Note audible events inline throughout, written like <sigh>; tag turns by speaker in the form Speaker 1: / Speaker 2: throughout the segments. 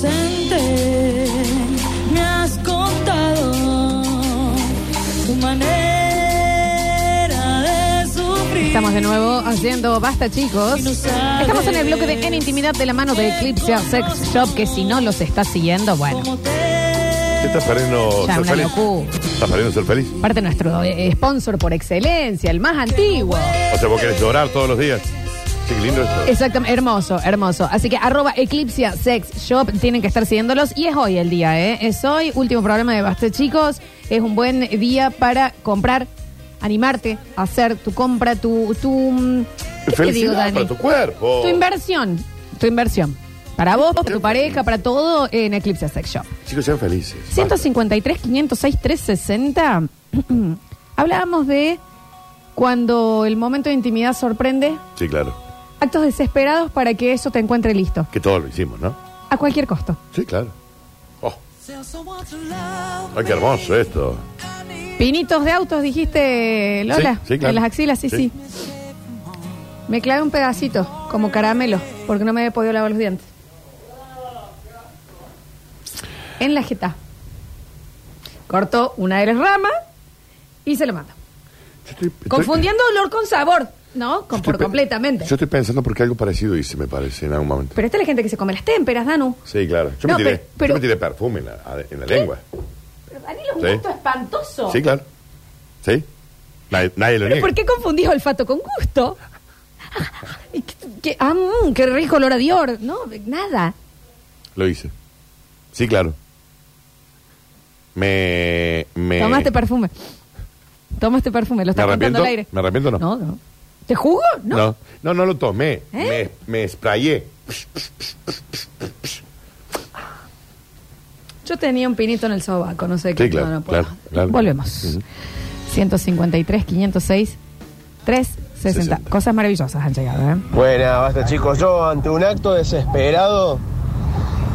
Speaker 1: inocente me has contado tu manera de sufrir.
Speaker 2: Estamos de nuevo haciendo basta, chicos. Estamos en el bloque de En Intimidad de la mano de Eclipse Sex Shop, que si no los está siguiendo, bueno,
Speaker 1: Como te
Speaker 3: ¿Qué estás pariendo
Speaker 2: ya
Speaker 3: ser
Speaker 2: una
Speaker 3: feliz?
Speaker 2: locura.
Speaker 3: ¿Estás pariendo ser feliz?
Speaker 2: Aparte, nuestro eh, sponsor por excelencia, el más antiguo.
Speaker 3: O sea, vos querés llorar todos los días. Sí, qué lindo esto.
Speaker 2: Exactamente, hermoso, hermoso. Así que arroba Eclipse Sex Shop, tienen que estar siguiéndolos. Y es hoy el día, ¿eh? Es hoy, último programa de Basta, chicos. Es un buen día para comprar, animarte a hacer tu compra, tu... tu mm, ¿qué te digo,
Speaker 3: Felicidad
Speaker 2: Dani?
Speaker 3: para tu cuerpo.
Speaker 2: Tu inversión, tu inversión. Para vos, para tu pareja, para todo en Eclipse Sex Shop.
Speaker 3: Chicos, sean felices. Basta.
Speaker 2: 153, 506, 360. <clears throat> Hablábamos de cuando el momento de intimidad sorprende,
Speaker 3: Sí, claro.
Speaker 2: actos desesperados para que eso te encuentre listo,
Speaker 3: Que todos lo hicimos, ¿no?
Speaker 2: a cualquier costo.
Speaker 3: Sí, claro. Oh, ay, qué hermoso esto.
Speaker 2: Pinitos de autos, dijiste, Lola,
Speaker 3: Sí, sí, claro.
Speaker 2: en las axilas, sí, sí,
Speaker 3: Sí.
Speaker 2: Me clavé un pedacito, como caramelo, porque no me había podido lavar los dientes. En la jeta. Cortó una de las ramas y se lo manda.
Speaker 3: Yo estoy- estoy-
Speaker 2: Confundiendo olor con sabor, ¿no? Con,
Speaker 3: yo estoy
Speaker 2: por
Speaker 3: pe-
Speaker 2: completamente.
Speaker 3: Yo estoy pensando porque algo parecido hice, me parece, en algún momento.
Speaker 2: Pero esta es la gente que se come las témperas, Danu.
Speaker 3: Sí, claro. Yo,
Speaker 2: No,
Speaker 3: me, tiré,
Speaker 2: pero- pero-
Speaker 3: yo me tiré perfume en la, en la lengua.
Speaker 2: Pero Daniel es un
Speaker 3: Sí.
Speaker 2: gusto espantoso.
Speaker 3: Sí, claro. ¿Sí? Nadie, nadie lo
Speaker 2: ¿Pero
Speaker 3: niega.
Speaker 2: por qué confundís olfato con gusto? Y que- que- ah, mm, qué rico olor a Dior. No, nada.
Speaker 3: Lo hice. Sí, claro. Me. me
Speaker 2: Tomaste este perfume. Tomaste perfume, lo
Speaker 3: ¿Me
Speaker 2: estás contando
Speaker 3: arrepiento?
Speaker 2: al aire.
Speaker 3: ¿Me arrepiento o no?
Speaker 2: No, no. ¿Te jugó? No.
Speaker 3: No, no, no, lo tomé.
Speaker 2: ¿Eh?
Speaker 3: Me, me sprayé.
Speaker 2: Yo tenía un pinito en el sobaco, no sé
Speaker 3: Sí,
Speaker 2: qué.
Speaker 3: claro,
Speaker 2: no, no puedo.
Speaker 3: claro, claro.
Speaker 2: Volvemos.
Speaker 3: Ujú.
Speaker 2: 153, 506, 360.
Speaker 3: 60.
Speaker 2: Cosas maravillosas han llegado, ¿eh?
Speaker 4: Buena, basta chicos. Yo ante un acto desesperado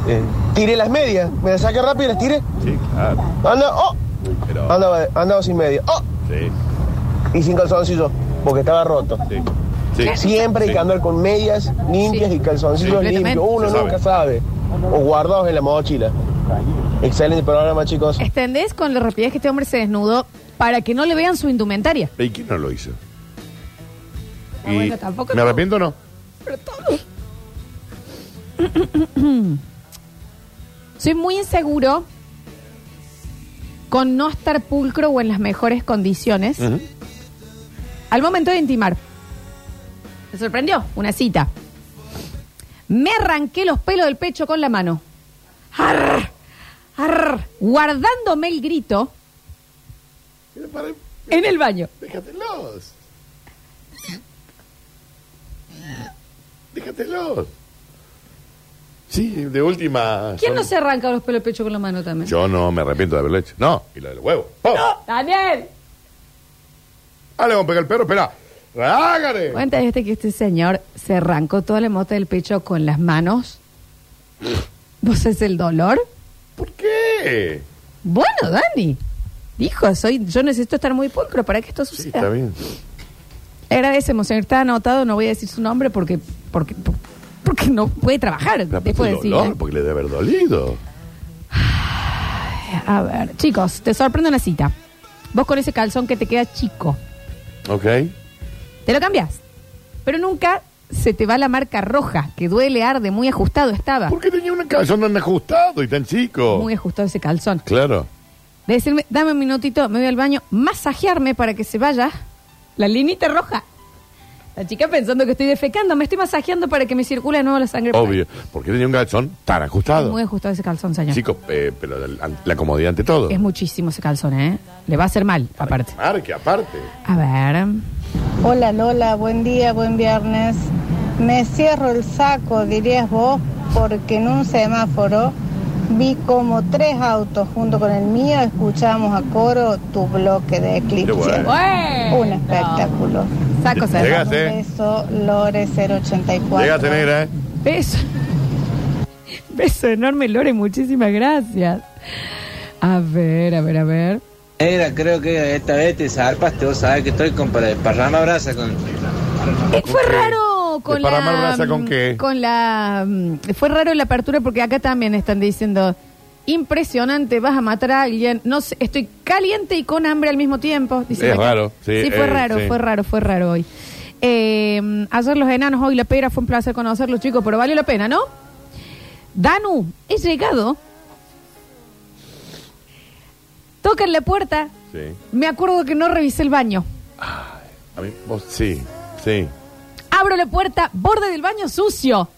Speaker 4: eh, tiré las medias. Me las saqué rápido y las tiré.
Speaker 3: Sí, claro.
Speaker 4: Anda, oh,
Speaker 3: Uy, pero-
Speaker 4: andaba, andaba sin media. Oh,
Speaker 3: Sí,
Speaker 4: y sin calzoncillos porque estaba roto.
Speaker 3: sí. Sí.
Speaker 4: Siempre hay que andar con medias limpias
Speaker 2: Sí.
Speaker 4: y calzoncillos
Speaker 2: Sí.
Speaker 4: limpios. Uno
Speaker 3: Se sabe.
Speaker 4: nunca sabe. O guardados en la mochila. Excelente programa, chicos.
Speaker 2: ¿Extendés con la rapidez que este hombre se desnudó para que no le vean su indumentaria?
Speaker 3: ¿Y quién no lo hizo?
Speaker 2: Ah, bueno, tampoco
Speaker 3: ¿Me
Speaker 2: no.
Speaker 3: arrepiento o no?
Speaker 2: Pero todo. Soy muy inseguro con no estar pulcro o en las mejores condiciones
Speaker 3: Ujú.
Speaker 2: al momento de intimar. Me sorprendió una cita. Me arranqué los pelos del pecho con la mano. Arr, arr, guardándome el grito
Speaker 3: Mira, para-
Speaker 2: en el baño.
Speaker 3: Déjatelos. Déjatelos. Sí, de última.
Speaker 2: ¿Quién
Speaker 3: son-
Speaker 2: no se arranca los pelos del pecho con la mano también?
Speaker 3: Yo no me arrepiento de haberlo hecho. No, y lo del huevo. ¡Pum!
Speaker 2: Daniel.
Speaker 3: Ah, le vamos a pegar el perro, espera. ¡Rágale!
Speaker 2: Cuenta este que este señor se arrancó toda la mota del pecho con las manos. ¿Vos es el dolor?
Speaker 3: ¿Por qué?
Speaker 2: Bueno, Dani. Dijo, soy, yo necesito estar muy pulcro para que esto suceda.
Speaker 3: Sí, está bien.
Speaker 2: Le agradecemos, señor. Está anotado, no voy a decir su nombre porque, porque, porque no puede trabajar.
Speaker 3: Pero aparte
Speaker 2: Después de
Speaker 3: el
Speaker 2: decir,
Speaker 3: dolor, porque le debe haber dolido.
Speaker 2: ¿eh? A ver, chicos, te sorprende una cita. Vos con ese calzón que te queda chico,
Speaker 3: ¿Ok?
Speaker 2: te lo cambias. Pero nunca se te va la marca roja, que duele, arde, muy ajustado estaba.
Speaker 3: ¿Por qué tenía un calzón tan ajustado y tan chico?
Speaker 2: Ah. Muy ajustado ese calzón.
Speaker 3: Claro.
Speaker 2: de decirme, dame un minutito, me voy al baño, masajearme para que se vaya la linita roja. La chica pensando que estoy defecando, me estoy masajeando para que me circule de nuevo la sangre. por ahí.
Speaker 3: Obvio. ¿Por qué tenía un calzón tan
Speaker 2: Es
Speaker 3: ajustado?
Speaker 2: muy ajustado ese calzón, señor.
Speaker 3: Chicos, eh, pero la, la comodidad ante todo.
Speaker 2: Es muchísimo ese calzón, ¿eh? Le va a hacer mal, aparte.
Speaker 3: Marque, aparte.
Speaker 2: A ver.
Speaker 5: Hola Lola, buen día, buen viernes. Me cierro el saco, dirías vos, porque en un semáforo vi como tres autos junto con el mío escuchamos a coro tu bloque de
Speaker 3: Qué
Speaker 5: Eclipse.
Speaker 3: bueno.
Speaker 5: Un espectáculo.
Speaker 2: Saco cerrado.
Speaker 3: Llegás,
Speaker 5: Un
Speaker 3: eh.
Speaker 5: beso, Lore 084.
Speaker 3: Llegás, negra, eh.
Speaker 2: Beso. Beso enorme, Lore. Muchísimas gracias. A ver, a ver, a ver.
Speaker 6: Negra, creo que esta vez te zarpaste, vos sabés que estoy con para, para rama brasa con...
Speaker 2: Eh, fue raro. con
Speaker 3: para
Speaker 2: la. mm,
Speaker 3: amar brasa, ¿con qué?
Speaker 2: Con la. mm, Fue raro la apertura porque acá también están diciendo. Impresionante, vas a matar a alguien. No sé, estoy caliente y con hambre al mismo tiempo. dicen
Speaker 3: Es
Speaker 2: acá.
Speaker 3: raro, sí,
Speaker 2: fue
Speaker 3: eh,
Speaker 2: raro,
Speaker 3: sí.
Speaker 2: fue raro, fue raro hoy. Eh, ayer los enanos, hoy la pera, fue un placer conocerlos, chicos, pero valió la pena, ¿no? Danu, he llegado. Tocan la puerta.
Speaker 3: Sí.
Speaker 2: Me acuerdo que no revisé el baño.
Speaker 3: A mí, vos, sí, sí.
Speaker 2: Abro la puerta, borde del baño sucio.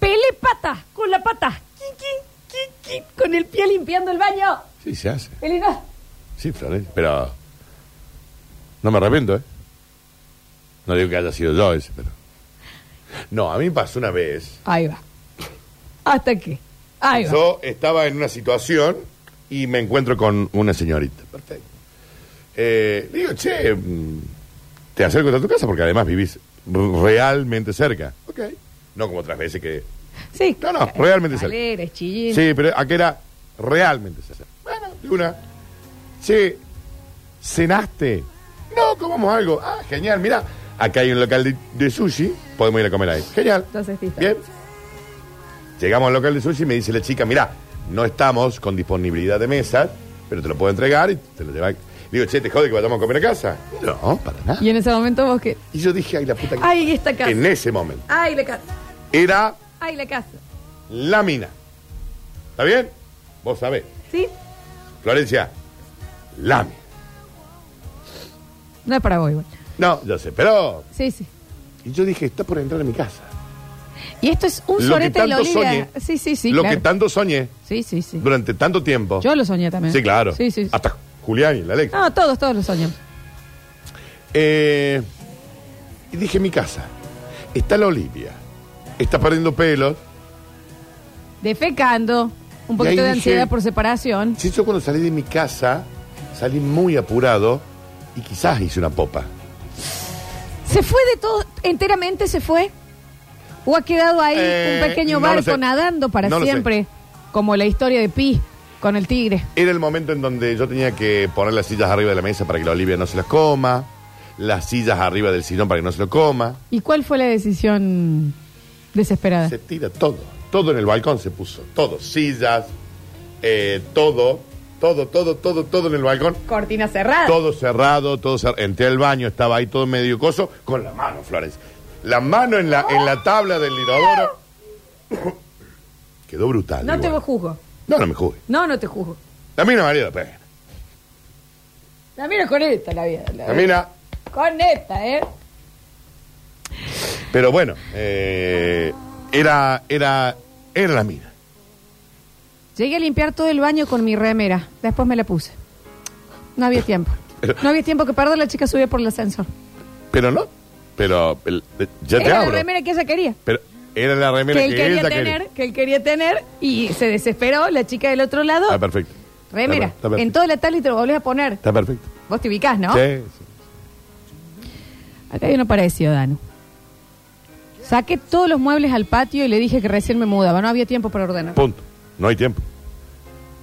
Speaker 2: Pele pata con la pata. Quin, quin, quin, quin, con el pie limpiando el baño.
Speaker 3: Sí, se hace.
Speaker 2: Pele, no.
Speaker 3: Sí, Florencia, pero. No me arrepiento, ¿eh? No digo que haya sido yo ese, pero. No, a mí me pasó una vez.
Speaker 2: Ahí va. Hasta aquí. Ahí va.
Speaker 3: Yo estaba en una situación y me encuentro con una señorita. Perfecto. Eh, digo, che, mm, te acerco a tu casa porque además vivís r- realmente cerca. Ok. No como otras veces que.
Speaker 2: Sí.
Speaker 3: No, no, realmente cerca.
Speaker 2: Escaleras, chillín.
Speaker 3: Sí, pero aquí era realmente cerca. Bueno, de una. Che, ¿cenaste? No, comamos algo. Ah, genial, mira. Acá hay un local de, de sushi, podemos ir a comer ahí. Genial.
Speaker 2: Entonces, listo.
Speaker 3: Bien. Llegamos al local de sushi y me dice la chica, mira, no estamos con disponibilidad de mesas, pero te lo puedo entregar y te lo llevas. Digo, che, ¿te jode que vayamos a comer a casa? No, para nada.
Speaker 2: Y en ese momento vos que.
Speaker 3: Y yo dije, ay, la puta que...
Speaker 2: Ay, esta casa.
Speaker 3: En ese momento.
Speaker 2: Ay, la casa.
Speaker 3: Era
Speaker 2: Ay, la casa.
Speaker 3: la mina. ¿Está bien? Vos sabés.
Speaker 2: ¿Sí?
Speaker 3: Florencia, la mina.
Speaker 2: No es para vos igual.
Speaker 3: No, yo sé, pero...
Speaker 2: Sí, sí.
Speaker 3: Y yo dije, está por entrar a mi casa.
Speaker 2: Y esto es un sorete de la Olivia. Sí, sí, sí.
Speaker 3: Lo
Speaker 2: claro.
Speaker 3: que tanto soñé
Speaker 2: Sí, sí, sí.
Speaker 3: durante tanto tiempo.
Speaker 2: Yo lo soñé también.
Speaker 3: Sí, claro.
Speaker 2: Sí, sí. sí.
Speaker 3: Hasta Julián y la Alexa.
Speaker 2: No, todos, todos lo soñamos.
Speaker 3: Eh, y dije, mi casa. Está la Olivia. Está perdiendo pelos.
Speaker 2: defecando, un
Speaker 3: Y
Speaker 2: poquito
Speaker 3: ahí
Speaker 2: de
Speaker 3: dije-
Speaker 2: ansiedad por separación.
Speaker 3: Si yo cuando salí de mi casa, salí muy apurado y quizás hice una popa.
Speaker 2: ¿Se fue de todo, enteramente se fue? ¿O ha quedado ahí
Speaker 3: Eh,
Speaker 2: un pequeño
Speaker 3: no lo
Speaker 2: barco
Speaker 3: sé.
Speaker 2: nadando para
Speaker 3: No lo sé.
Speaker 2: siempre? Como la historia de Pi con el tigre.
Speaker 3: Era el momento en donde yo tenía que poner las sillas arriba de la mesa para que la Olivia no se las coma, las sillas arriba del sillón para que no se lo coma.
Speaker 2: ¿Y cuál fue la decisión desesperada?
Speaker 3: Se tira todo. Todo en el balcón se puso. Todo. Sillas, eh, todo. Todo, todo, todo, todo en el balcón.
Speaker 2: Cortina cerrada.
Speaker 3: Todo cerrado, todo cerrado. Entré al baño, estaba ahí todo medio coso, con la mano, Flores. La mano en la, en la tabla del inodoro. Quedó brutal.
Speaker 2: no te
Speaker 3: igual.
Speaker 2: juzgo.
Speaker 3: No, no me juzgues.
Speaker 2: No, no te juzgo.
Speaker 3: La mina María la pena.
Speaker 2: La mira con esta, la vida.
Speaker 3: La mina.
Speaker 2: Con esta, ¿eh?
Speaker 3: Pero bueno, eh, era, era, era la mina.
Speaker 2: Llegué a limpiar todo el baño con mi remera. Después me la puse. No había
Speaker 3: <laughs>
Speaker 2: tiempo.
Speaker 3: Pero-
Speaker 2: No había tiempo que perder. La chica subía por el ascensor.
Speaker 3: Pero no. Pero el- eh, ya te
Speaker 2: Era
Speaker 3: abro.
Speaker 2: la remera que ella quería.
Speaker 3: Pero era la remera
Speaker 2: que
Speaker 3: que,
Speaker 2: él quería
Speaker 3: ella
Speaker 2: tener,
Speaker 3: quería.
Speaker 2: que él quería tener, y se desesperó la chica del otro lado.
Speaker 3: Está perfecto.
Speaker 2: remera,
Speaker 3: Está perfecto.
Speaker 2: en toda la tal y te lo volvés a poner.
Speaker 3: Está perfecto.
Speaker 2: Vos te ubicás, ¿no?
Speaker 3: Sí, sí.
Speaker 2: Acá hay uno parecido, Danu. Saqué todos los muebles al patio y le dije que recién me mudaba, no había tiempo para ordenar.
Speaker 3: Punto. No hay tiempo.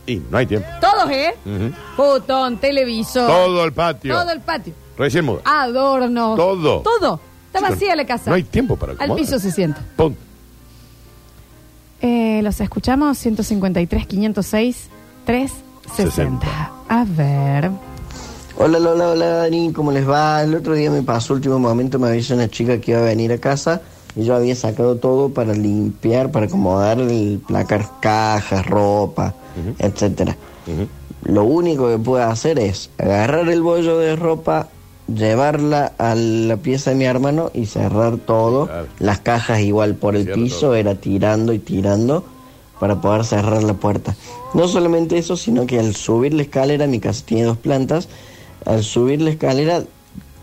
Speaker 3: Y no hay tiempo.
Speaker 2: todos, ¿eh?
Speaker 3: Ujú.
Speaker 2: Futón, televisor.
Speaker 3: Mm. Todo el patio.
Speaker 2: Todo el patio.
Speaker 3: Recién muda.
Speaker 2: Adornos.
Speaker 3: Todo.
Speaker 2: Todo. Está
Speaker 3: Chicos,
Speaker 2: vacía la casa.
Speaker 3: No hay tiempo para
Speaker 2: al
Speaker 3: acomodar.
Speaker 2: piso se sienta.
Speaker 3: Punto.
Speaker 2: Eh, los escuchamos 153, 506, 360. A ver.
Speaker 6: Hola, hola, hola, Dani, ¿cómo les va? El otro día me pasó, último momento, me avisó una chica que iba a venir a casa y yo había sacado todo para limpiar, para acomodar el placar, cajas, ropa, etcétera. Lo único que pude hacer es agarrar el bollo de ropa, llevarla a la pieza de mi hermano y cerrar todo.
Speaker 3: claro.
Speaker 6: Las cajas igual por el
Speaker 3: Cierto.
Speaker 6: piso, era tirando y tirando para poder cerrar la puerta. No solamente eso, sino que al subir la escalera, mi casa tiene dos plantas, al subir la escalera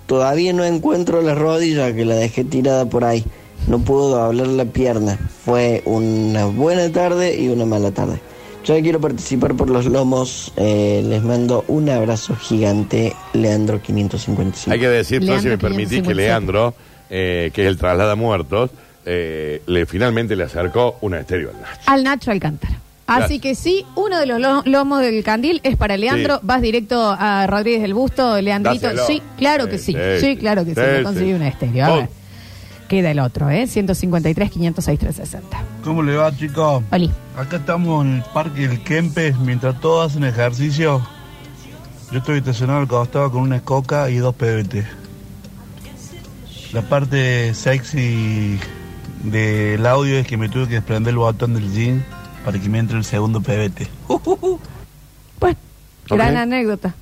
Speaker 6: todavía no encuentro la rodilla que la dejé tirada por ahí. No puedo doblar la pierna. Fue una buena tarde y una mala tarde. Yo quiero participar por los lomos. eh, les mando un abrazo gigante, Leandro 555.
Speaker 3: Hay que decir, Flor, si me
Speaker 2: Leandro
Speaker 3: permitís,
Speaker 2: 557.
Speaker 3: que Leandro, eh, que es el traslada muertos, eh, le, finalmente le acercó una estéreo al Nacho.
Speaker 2: al Nacho Alcántara. Así
Speaker 3: Gracias.
Speaker 2: que sí, uno de los lo- lomos del candil es para Leandro.
Speaker 3: Sí.
Speaker 2: Vas directo a Rodríguez del Busto, Leandrito.
Speaker 3: Dáselo.
Speaker 2: Sí, claro que sí.
Speaker 3: Sí,
Speaker 2: Sí,
Speaker 3: sí,
Speaker 2: claro que sí.
Speaker 3: sí,
Speaker 2: Le
Speaker 3: sí.
Speaker 2: conseguí una estéreo. A ver.
Speaker 3: Oh.
Speaker 2: queda el otro, ¿eh? 153, 506, 360.
Speaker 7: ¿Cómo le va, chicos?
Speaker 2: Oli.
Speaker 7: Acá estamos en el parque del Kempes, mientras todos hacen ejercicio. Yo estoy estacionado al costado con una escoca y dos PBT. La parte sexy del audio es que me tuve que desprender el botón del jean para que me entre el segundo PBT.
Speaker 2: Bueno,
Speaker 3: Ok.
Speaker 2: Pues, gran anécdota.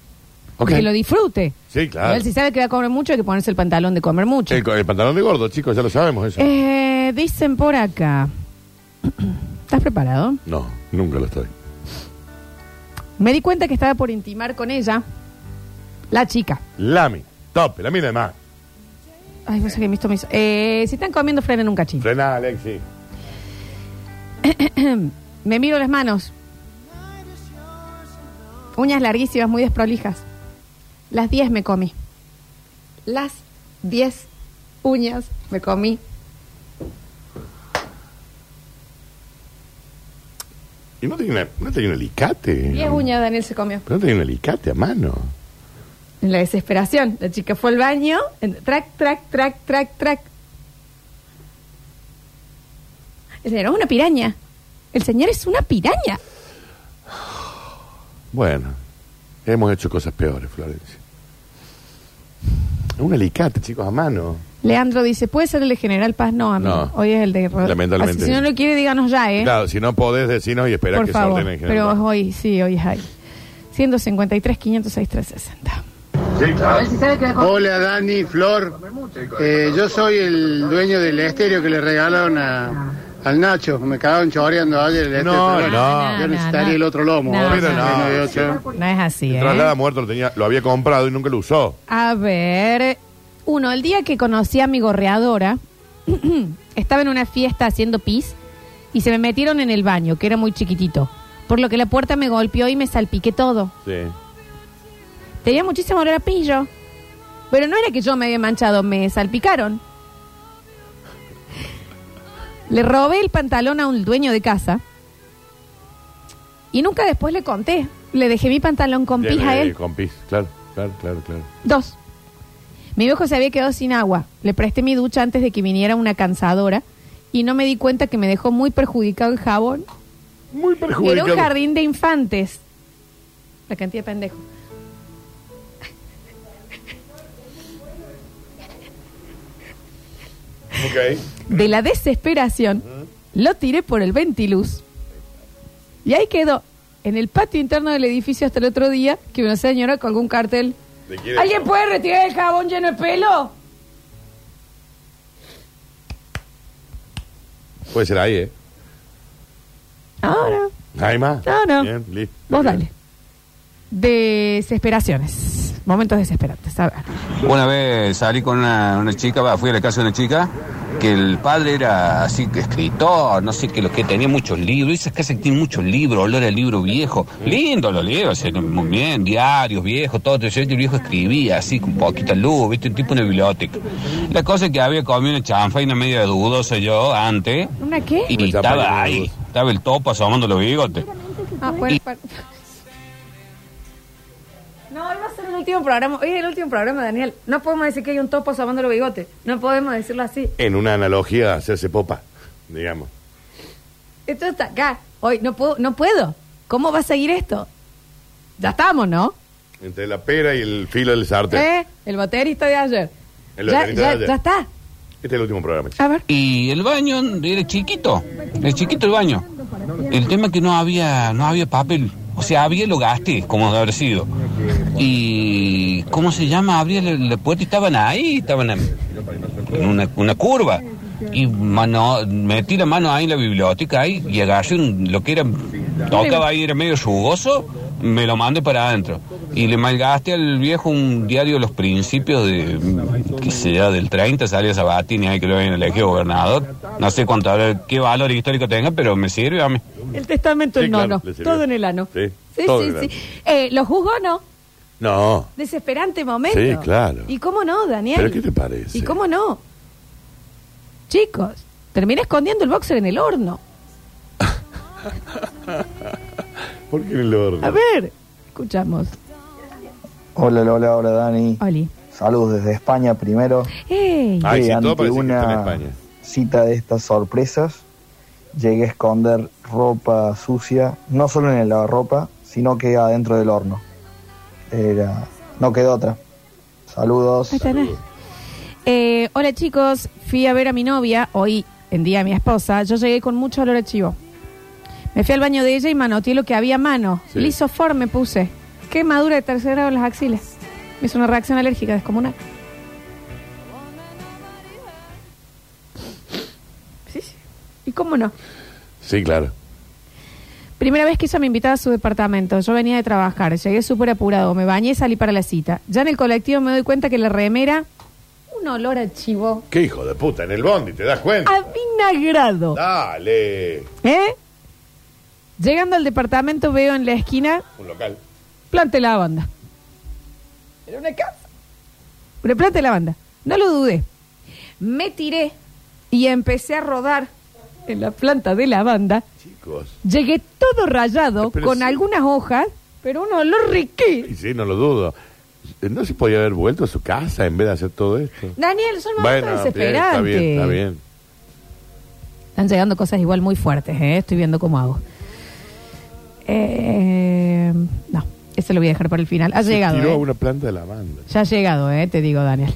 Speaker 3: Ok.
Speaker 2: Que lo disfrute.
Speaker 3: Sí, claro.
Speaker 2: Él si sabe que va a comer mucho, hay que ponerse el pantalón de comer mucho.
Speaker 3: El, el pantalón de gordo, chicos, ya lo sabemos eso.
Speaker 2: Eh, dicen por acá. <clears throat> ¿Estás preparado?
Speaker 3: No, nunca lo estoy.
Speaker 2: Me di cuenta que estaba por intimar con ella. La chica.
Speaker 3: Lami, tope, la mina de más.
Speaker 2: Ay, no sé qué me hizo. me hizo. Eh, si están comiendo, frenen un cachín.
Speaker 3: Frená, Alexi.
Speaker 2: Me miro las manos. Uñas larguísimas, muy desprolijas. Las 10 me comí. Las 10 uñas me comí.
Speaker 3: Y no tenía, una- no tenía un alicate.
Speaker 2: 10 uñas Daniel se comió.
Speaker 3: Pero no tenía un alicate a mano.
Speaker 2: En la desesperación, la chica fue al baño. en- Track, track, track, track, track. El señor es una piraña. El señor es una piraña.
Speaker 3: Bueno, hemos hecho cosas peores, Florencia. Un alicate, chicos, a mano.
Speaker 2: Leandro dice, ¿puede ser el de General Paz? No, amigo.
Speaker 3: No.
Speaker 2: Hoy es el de... Rod-
Speaker 3: Lamentablemente.
Speaker 2: Así, si no lo quiere, díganos ya, ¿eh?
Speaker 3: Claro, si no podés decirnos y esperar
Speaker 2: Por
Speaker 3: que
Speaker 2: favor.
Speaker 3: se ordenen.
Speaker 2: Pero es hoy, sí, hoy es ahí. 153, 506, 360.
Speaker 8: Hola Dani, Flor. Eh, yo soy el dueño del estéreo que le regalaron a- al Nacho. Me cagaron choreando ayer el estéreo.
Speaker 3: No,
Speaker 8: pero bueno,
Speaker 3: no.
Speaker 8: Yo necesitaría el otro lomo.
Speaker 2: No,
Speaker 8: ahora,
Speaker 3: Pero no.
Speaker 8: 69,8.
Speaker 2: No es así, ¿eh?
Speaker 3: Traslada muerto lo, tenía, lo había comprado y nunca lo usó.
Speaker 2: A ver. Uno, el día que conocí a mi gorreadora, <clears throat> estaba en una fiesta haciendo pis y se me metieron en el baño, que era muy chiquitito. Por lo que la puerta me golpeó y me salpiqué todo.
Speaker 3: Sí.
Speaker 2: Tenía muchísimo olor a pillo. Pero no era que yo me había manchado, me salpicaron. Le robé el pantalón a un dueño de casa. Y nunca después le conté. Le dejé mi pantalón con pis a él.
Speaker 3: eh, Con pis, claro, claro, claro, claro.
Speaker 2: Dos. Mi viejo se había quedado sin agua. Le presté mi ducha antes de que viniera una cansadora. Y no me di cuenta que me dejó muy perjudicado el jabón.
Speaker 3: Muy
Speaker 2: Era
Speaker 3: perjudicado.
Speaker 2: un jardín de infantes. La cantidad de pendejos.
Speaker 3: Ok.
Speaker 2: de la desesperación, lo tiré por el ventiluz. Y ahí quedó, en el patio interno del edificio hasta el otro día, que una señora colgó un cartel.
Speaker 3: ¿De quién era?
Speaker 2: ¿Alguien puede retirar el jabón lleno de pelo?
Speaker 3: Puede ser ahí, ¿eh?
Speaker 2: Ahora,
Speaker 3: ¿Hay más?
Speaker 2: No, no.
Speaker 3: Bien, listo.
Speaker 2: vos dale. Desesperaciones. Momentos desesperantes. A ver.
Speaker 9: Una vez salí con una, una chica, va, fui a la casa de una chica, que el padre era así que escritor, no sé qué, lo que tenía muchos libros, esas casas que tienen muchos libros, olor a libro viejo, lindo los libros, eh, muy bien, diarios viejos, todo, yo el viejo escribía así con poquita luz, viste, un tipo de una biblioteca. La cosa es que había comido una chanfaina media dudosa yo antes,
Speaker 2: ¿Una qué?
Speaker 9: y
Speaker 3: Una chanfaina
Speaker 9: estaba ahí,
Speaker 3: dudosa.
Speaker 9: estaba el topo asomando los bigotes.
Speaker 2: Ah, bueno, par- No, hoy va a ser el último programa. Hoy es el último programa, Daniel. No podemos decir que hay un topo asomando los bigotes. No podemos decirlo así.
Speaker 3: En una analogía, hacerse popa, digamos.
Speaker 2: Esto está acá. Hoy no puedo, no puedo. ¿Cómo va a seguir esto? Ya estamos, ¿no?
Speaker 3: Entre la pera y el filo del sartén.
Speaker 2: ¿Eh? El baterista de ayer.
Speaker 3: El
Speaker 2: ya,
Speaker 3: baterista
Speaker 2: ya-
Speaker 3: de ayer.
Speaker 2: ya está.
Speaker 3: Este es el último programa. chicos.
Speaker 2: A ver.
Speaker 9: Y el baño era chiquito, era chiquito el baño. El tema es que no había, no había papel. O sea, había lo gasté, como de haber sido. Y, ¿cómo se llama? Abría la, la puerta y estaban ahí, estaban en en una, una curva. Y mano, metí la mano ahí en la biblioteca ahí, y agarré un- lo que era, tocaba ahí, era medio jugoso, me lo mandé para adentro. Y le malgasté al viejo un diario de los principios de, que sea, del 30, salió Sabatini ahí que lo habían elegido gobernador. No sé cuánto, habrá- qué valor histórico tenga, pero me sirve a mí.
Speaker 2: El testamento
Speaker 3: Sí,
Speaker 2: el nono.
Speaker 3: claro, le sirvió.
Speaker 2: todo en el ano.
Speaker 3: Sí,
Speaker 2: sí,
Speaker 3: todo
Speaker 2: sí.
Speaker 3: en el
Speaker 2: sí. Eh, ¿Lo juzgó o no?
Speaker 3: No.
Speaker 2: Desesperante momento.
Speaker 3: Sí, claro.
Speaker 2: ¿Y cómo no, Daniel?
Speaker 3: ¿Pero qué te parece?
Speaker 2: ¿Y cómo no? Chicos, terminé escondiendo el boxer en el horno.
Speaker 3: ¿Por qué en el horno?
Speaker 2: A ver, escuchamos.
Speaker 4: Hola Lola, hola Dani.
Speaker 2: Oli.
Speaker 10: Saludos desde España primero.
Speaker 2: ¡Ey!
Speaker 3: Ay,
Speaker 10: Eh,
Speaker 3: sí, Ah, todo
Speaker 10: ante
Speaker 3: parece que
Speaker 10: una
Speaker 3: está en España.
Speaker 10: cita de estas sorpresas, llegué a esconder ropa sucia, no solo en el lavarropa, sino que adentro del horno. Era, no quedó otra. Saludos.
Speaker 2: Ahí tenés. Eh, hola chicos, fui a ver a mi novia, hoy en día a mi esposa. Yo llegué con mucho olor a chivo. Me fui al baño de ella y manoteé lo que había a mano.
Speaker 3: Sí.
Speaker 2: Lisofor me puse. Quemadura de tercer grado en las axilas. Me hizo una reacción alérgica descomunal. Sí, sí. ¿Y cómo no?
Speaker 3: Sí, claro.
Speaker 2: Primera vez que ella me invitaba a su departamento. Yo venía de trabajar, llegué súper apurado, me bañé y salí para la cita. Ya en el colectivo me doy cuenta que la remera, un olor a chivo.
Speaker 3: Qué hijo de puta, en el bondi, ¿te das cuenta?
Speaker 2: A vinagrado.
Speaker 3: Dale.
Speaker 2: ¿Eh? Llegando al departamento veo en la esquina
Speaker 3: Un local.
Speaker 2: planta de lavanda. Era una casa. Una planta de lavanda. No lo dudé. Me tiré y empecé a rodar en la planta de lavanda.
Speaker 3: Chicos.
Speaker 2: Llegué todo rayado,
Speaker 3: Pero
Speaker 2: con
Speaker 3: sí.
Speaker 2: algunas hojas, pero un olor riquí.
Speaker 3: Y sí, no lo dudo. ¿No se podía haber vuelto a su casa en vez de hacer todo esto?
Speaker 2: Daniel, son momentos
Speaker 3: Bueno, bien,
Speaker 2: desesperantes.
Speaker 3: está bien, está bien.
Speaker 2: Están llegando cosas igual muy fuertes, ¿eh? Estoy viendo cómo hago. Eh, no, eso lo voy a dejar para el final. Ha
Speaker 3: Se
Speaker 2: llegado,
Speaker 3: tiró
Speaker 2: ¿eh?
Speaker 3: a una planta de lavanda.
Speaker 2: Ya ha llegado, ¿eh? Te digo, Daniel.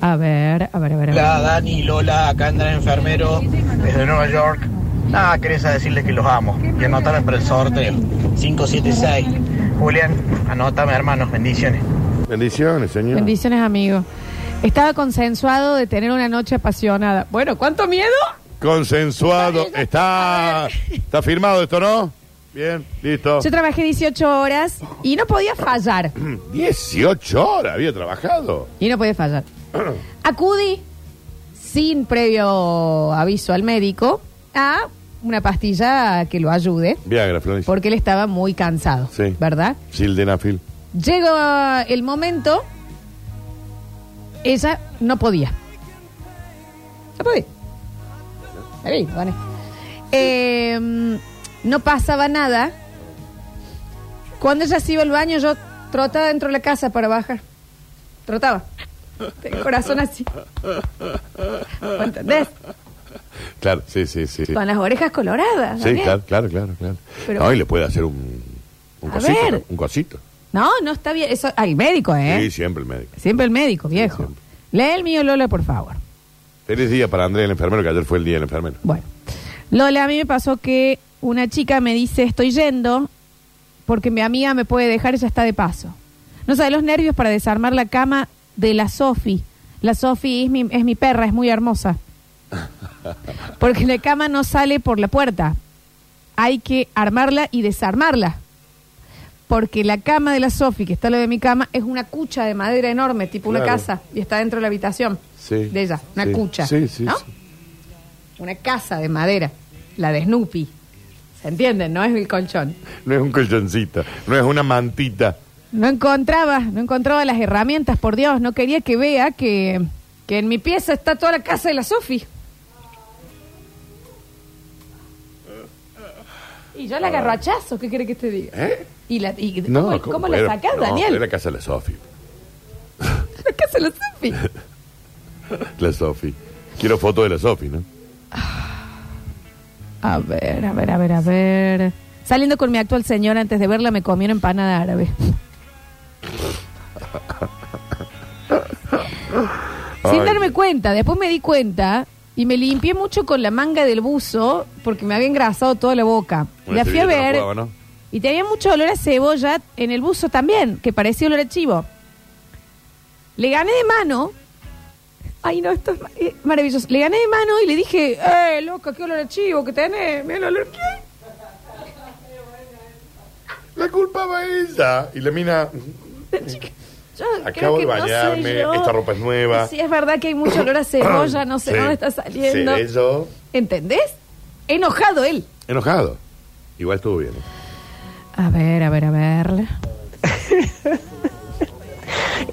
Speaker 2: A ver, a ver, a ver. a ver.
Speaker 11: Hola Dani, Lola, acá andan enfermero desde Nueva York. Nada, querés a decirles que los amo y anotaron para el sorteo. 576. Julián, anótame hermanos, bendiciones.
Speaker 3: Bendiciones, señor.
Speaker 2: Bendiciones, amigo. Estaba consensuado de tener una noche apasionada. Bueno, ¿cuánto miedo?
Speaker 3: Consensuado. Está, está firmado esto, ¿no? Bien, listo.
Speaker 2: Yo trabajé 18 horas y no podía fallar.
Speaker 3: 18 Mm, horas había trabajado.
Speaker 2: Y no podía fallar. Acudí sin previo aviso al médico a una pastilla que lo ayude,
Speaker 3: Viagra, Florencia.
Speaker 2: porque él estaba muy cansado,
Speaker 3: Sí.
Speaker 2: ¿verdad?
Speaker 3: Sildenafil.
Speaker 2: Llegó el momento, ella no podía. No podía. Está bien, Vane. Eh, no pasaba nada. Cuando ella se iba al baño, yo trotaba dentro de la casa para bajar. Trotaba. El corazón así. ¿Me ¿Entendés?
Speaker 3: Claro, sí, sí, sí. Sí,
Speaker 2: Con las orejas coloradas.
Speaker 3: Sí,
Speaker 2: Daniel.
Speaker 3: claro, claro, claro. claro.
Speaker 2: Pero-
Speaker 3: no, y le puede hacer un, un
Speaker 2: A
Speaker 3: cosito.
Speaker 2: ver.
Speaker 3: ¿no? Un cosito.
Speaker 2: No, no está bien. Eso, al médico, ¿eh?
Speaker 3: Sí, siempre el médico.
Speaker 2: Siempre el médico, viejo.
Speaker 3: siempre.
Speaker 2: Lee el mío, Lola, por favor.
Speaker 3: Feliz día para Andrés, el enfermero, que ayer fue el día del enfermero.
Speaker 2: Bueno, Lola, a mí me pasó que una chica me dice, estoy yendo porque mi amiga me puede dejar, ella está de paso. No sabe los nervios para desarmar la cama de la Sofi. La Sofi es mi, es mi perra, es muy hermosa. Porque la cama no sale por la puerta. Hay que armarla y desarmarla. Porque la cama de la Sofi, que está lo de mi cama, es una cucha de madera enorme, tipo una
Speaker 3: Claro.
Speaker 2: casa, y está dentro de la habitación
Speaker 3: Sí.
Speaker 2: de ella, una
Speaker 3: Sí.
Speaker 2: cucha.
Speaker 3: Sí, sí,
Speaker 2: ¿no?
Speaker 3: sí.
Speaker 2: Una casa de madera, la de Snoopy. ¿Se entienden? No es el colchón.
Speaker 3: No es un colchoncito, no es una mantita.
Speaker 2: No encontraba, no encontraba las herramientas, por Dios. No quería que vea que, que en mi pieza está toda la casa de la Sofi. Y yo la agarro a chazo, ¿qué quiere que te diga?
Speaker 3: Ah. ¿Eh?
Speaker 2: ¿Y, la, y cómo, cómo la
Speaker 3: era-
Speaker 2: sacás,
Speaker 3: no,
Speaker 2: Daniel?
Speaker 3: Era casa de la Sofi.
Speaker 2: La casa de la
Speaker 3: <laughs>
Speaker 2: Sofi.
Speaker 3: La Sofi. Quiero foto de la Sofi, ¿no?
Speaker 2: A ver, a ver, a ver, a ver. Saliendo con mi actual señora, antes de verla me comí una empanada árabe. Sin
Speaker 3: Ay.
Speaker 2: darme cuenta, después me di cuenta y me limpié mucho con la manga del buzo porque me había engrasado toda la boca.
Speaker 3: Bueno,
Speaker 2: la
Speaker 3: ese
Speaker 2: fui a
Speaker 3: video no
Speaker 2: ver
Speaker 3: jugaba, ¿no?
Speaker 2: y tenía mucho olor a cebolla en el buzo también, que parecía olor a chivo. Le gané de mano. Ay, no, esto es ma- eh, maravilloso. Le gané de mano y le dije, ¡eh, loca, qué olor a chivo que tenés! Mira el olor que hay.
Speaker 3: La culpaba ella. Y la mina.
Speaker 2: Yo creo
Speaker 3: Acabo
Speaker 2: que
Speaker 3: de
Speaker 2: no sé
Speaker 3: bañarme,
Speaker 2: yo.
Speaker 3: esta ropa es nueva.
Speaker 2: Sí, es verdad que hay mucho olor a cebolla, no sé
Speaker 3: Sí.
Speaker 2: dónde está saliendo.
Speaker 3: Sí, eso.
Speaker 2: ¿Entendés? Enojado él.
Speaker 3: Enojado. Igual estuvo bien. ¿eh?
Speaker 2: A ver, a ver, a ver.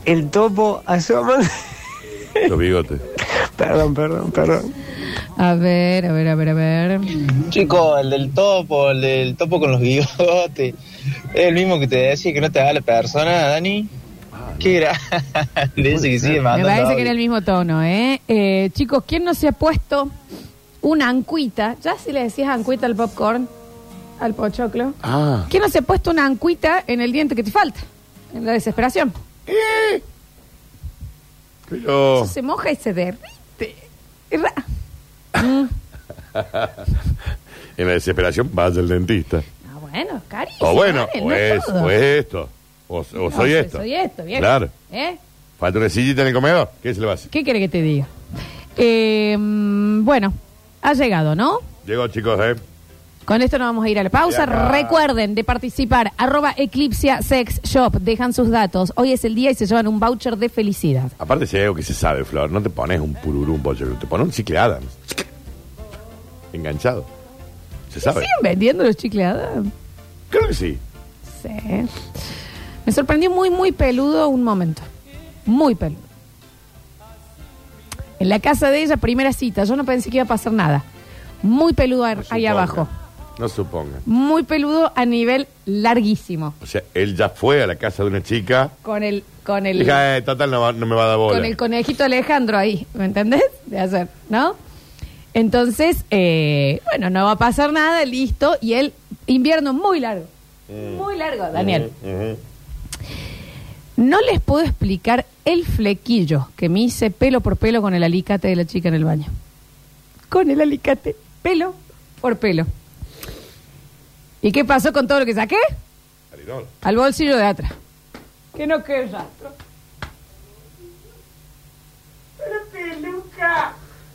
Speaker 11: El topo asoma. <laughs>
Speaker 2: <laughs>
Speaker 3: Los bigotes.
Speaker 11: Perdón, perdón, perdón.
Speaker 2: A ver, a ver, a ver, a ver.
Speaker 11: Chico, el del topo, el del topo con los bigotes. Es el mismo que te decía que no te da la persona, Dani.
Speaker 3: Ah,
Speaker 11: Qué grande ese que sigue
Speaker 2: Me
Speaker 11: mandando
Speaker 2: parece que
Speaker 11: audio.
Speaker 2: era el mismo tono, ¿eh? Eh, Chicos, ¿quién no se ha puesto una ancuita? Ya si le decías ancuita al popcorn, al pochoclo.
Speaker 3: Ah.
Speaker 2: ¿Quién no se ha puesto una ancuita en el diente que te falta? En la desesperación.
Speaker 3: Pero. Oh.
Speaker 2: Eso se moja y se derrite. Es ra- Mm,
Speaker 3: en la desesperación vas al dentista.
Speaker 2: ah, bueno, carísimo.
Speaker 3: O Oh, bueno,
Speaker 2: dale,
Speaker 3: o,
Speaker 2: no
Speaker 3: es,
Speaker 2: todo.
Speaker 3: o es esto. O, o
Speaker 2: No,
Speaker 3: soy esto.
Speaker 2: Soy esto, bien.
Speaker 3: Claro.
Speaker 2: ¿Eh?
Speaker 3: Falta una sillita en el comedor. ¿Qué se le va a hacer?
Speaker 2: ¿Qué quiere que te diga? Eh, mm, bueno, ha llegado, ¿no?
Speaker 3: Llegó, chicos, ¿eh?
Speaker 2: Con esto nos vamos a ir a la pausa.
Speaker 3: Bien.
Speaker 2: Recuerden de participar. Arroba Eclipsia Sex Shop. Dejan sus datos. Hoy es el día y se llevan un voucher de felicidad.
Speaker 3: Aparte, si hay algo que se sabe, Flor, no te pones un pururú, un pollo, te pones un chicle Adams. Enganchado. Se sabe.
Speaker 2: ¿Siguen vendiendo los chicles Adam?
Speaker 3: Creo que sí.
Speaker 2: Sí. Me sorprendió muy, muy peludo un momento. Muy peludo. En la casa de ella, primera cita. Yo no pensé que iba a pasar nada. Muy peludo ahí
Speaker 3: Suponga.
Speaker 2: abajo.
Speaker 3: No supongan.
Speaker 2: Muy peludo a nivel larguísimo.
Speaker 3: O sea, él ya fue a la casa de una chica.
Speaker 2: Con el, con el,
Speaker 3: Dije, eh, total, no, va- no me va a dar bola.
Speaker 2: con el conejito Alejandro ahí, ¿me entendés? De hacer, ¿no? Entonces, eh, bueno, no va a pasar nada, listo. Y el invierno muy largo. Muy largo, Daniel.
Speaker 3: Ujú.
Speaker 2: No les puedo explicar el flequillo que me hice pelo por pelo con el alicate de la chica en el baño. Con el alicate, pelo por pelo. ¿Y qué pasó con todo lo que saqué?
Speaker 3: Arinol.
Speaker 2: Al bolsillo de atrás. Que no quede rastro.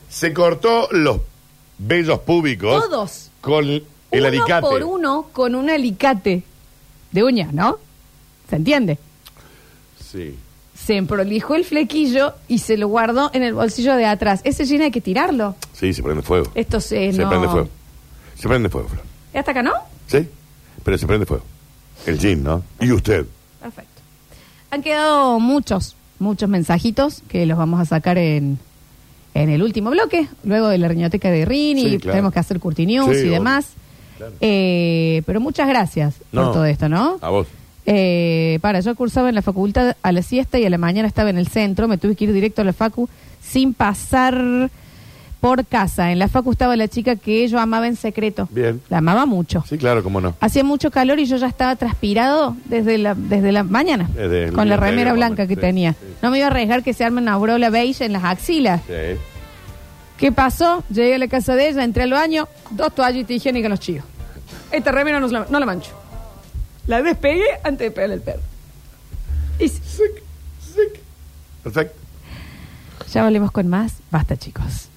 Speaker 3: Se cortó los bellos púbicos.
Speaker 2: Todos.
Speaker 3: Con el
Speaker 2: uno
Speaker 3: alicate.
Speaker 2: por uno con un alicate de uña, ¿no? ¿Se entiende?
Speaker 3: Sí.
Speaker 2: Se emprolijó el flequillo y se lo guardó en el bolsillo de atrás. Ese jean hay que tirarlo.
Speaker 3: Sí, se prende fuego.
Speaker 2: Esto se,
Speaker 3: se
Speaker 2: Eh, no.
Speaker 3: prende fuego. Se prende fuego, Flor.
Speaker 2: ¿Hasta acá no?
Speaker 3: ¿Sí? Pero se prende fuego. El jean, ¿no? Y usted.
Speaker 2: Perfecto. Han quedado muchos, muchos mensajitos que los vamos a sacar en, en el último bloque, luego de la riñoteca de Rini,
Speaker 3: Sí, claro.
Speaker 2: tenemos que hacer Curti News
Speaker 3: Sí,
Speaker 2: y
Speaker 3: obvio.
Speaker 2: demás. Eh, pero muchas gracias
Speaker 3: No.
Speaker 2: por todo esto, ¿no?
Speaker 3: A vos.
Speaker 2: Eh, para, yo cursaba en la facultad a la siesta y a la mañana estaba en el centro, me tuve que ir directo a la facu sin pasar por casa. En la facu estaba la chica que yo amaba en secreto.
Speaker 3: Bien.
Speaker 2: La amaba mucho.
Speaker 3: Sí, claro, cómo no.
Speaker 2: Hacía mucho calor y yo ya estaba transpirado desde la, desde la mañana,
Speaker 3: Desde el
Speaker 2: con la
Speaker 3: día
Speaker 2: remera
Speaker 3: anterior,
Speaker 2: blanca que
Speaker 3: sí,
Speaker 2: tenía.
Speaker 3: sí, sí.
Speaker 2: No me iba a arriesgar que se arme una brola beige en las axilas.
Speaker 3: Sí.
Speaker 2: ¿Qué pasó? Llegué a la casa de ella, entré al baño, dos toallitas higiénicas en los chillos. Esta remera no, se la- no la mancho. La despegué antes de pegarle el perro. Y sí.
Speaker 3: Perfecto.
Speaker 2: ya volvemos con más. Basta, chicos.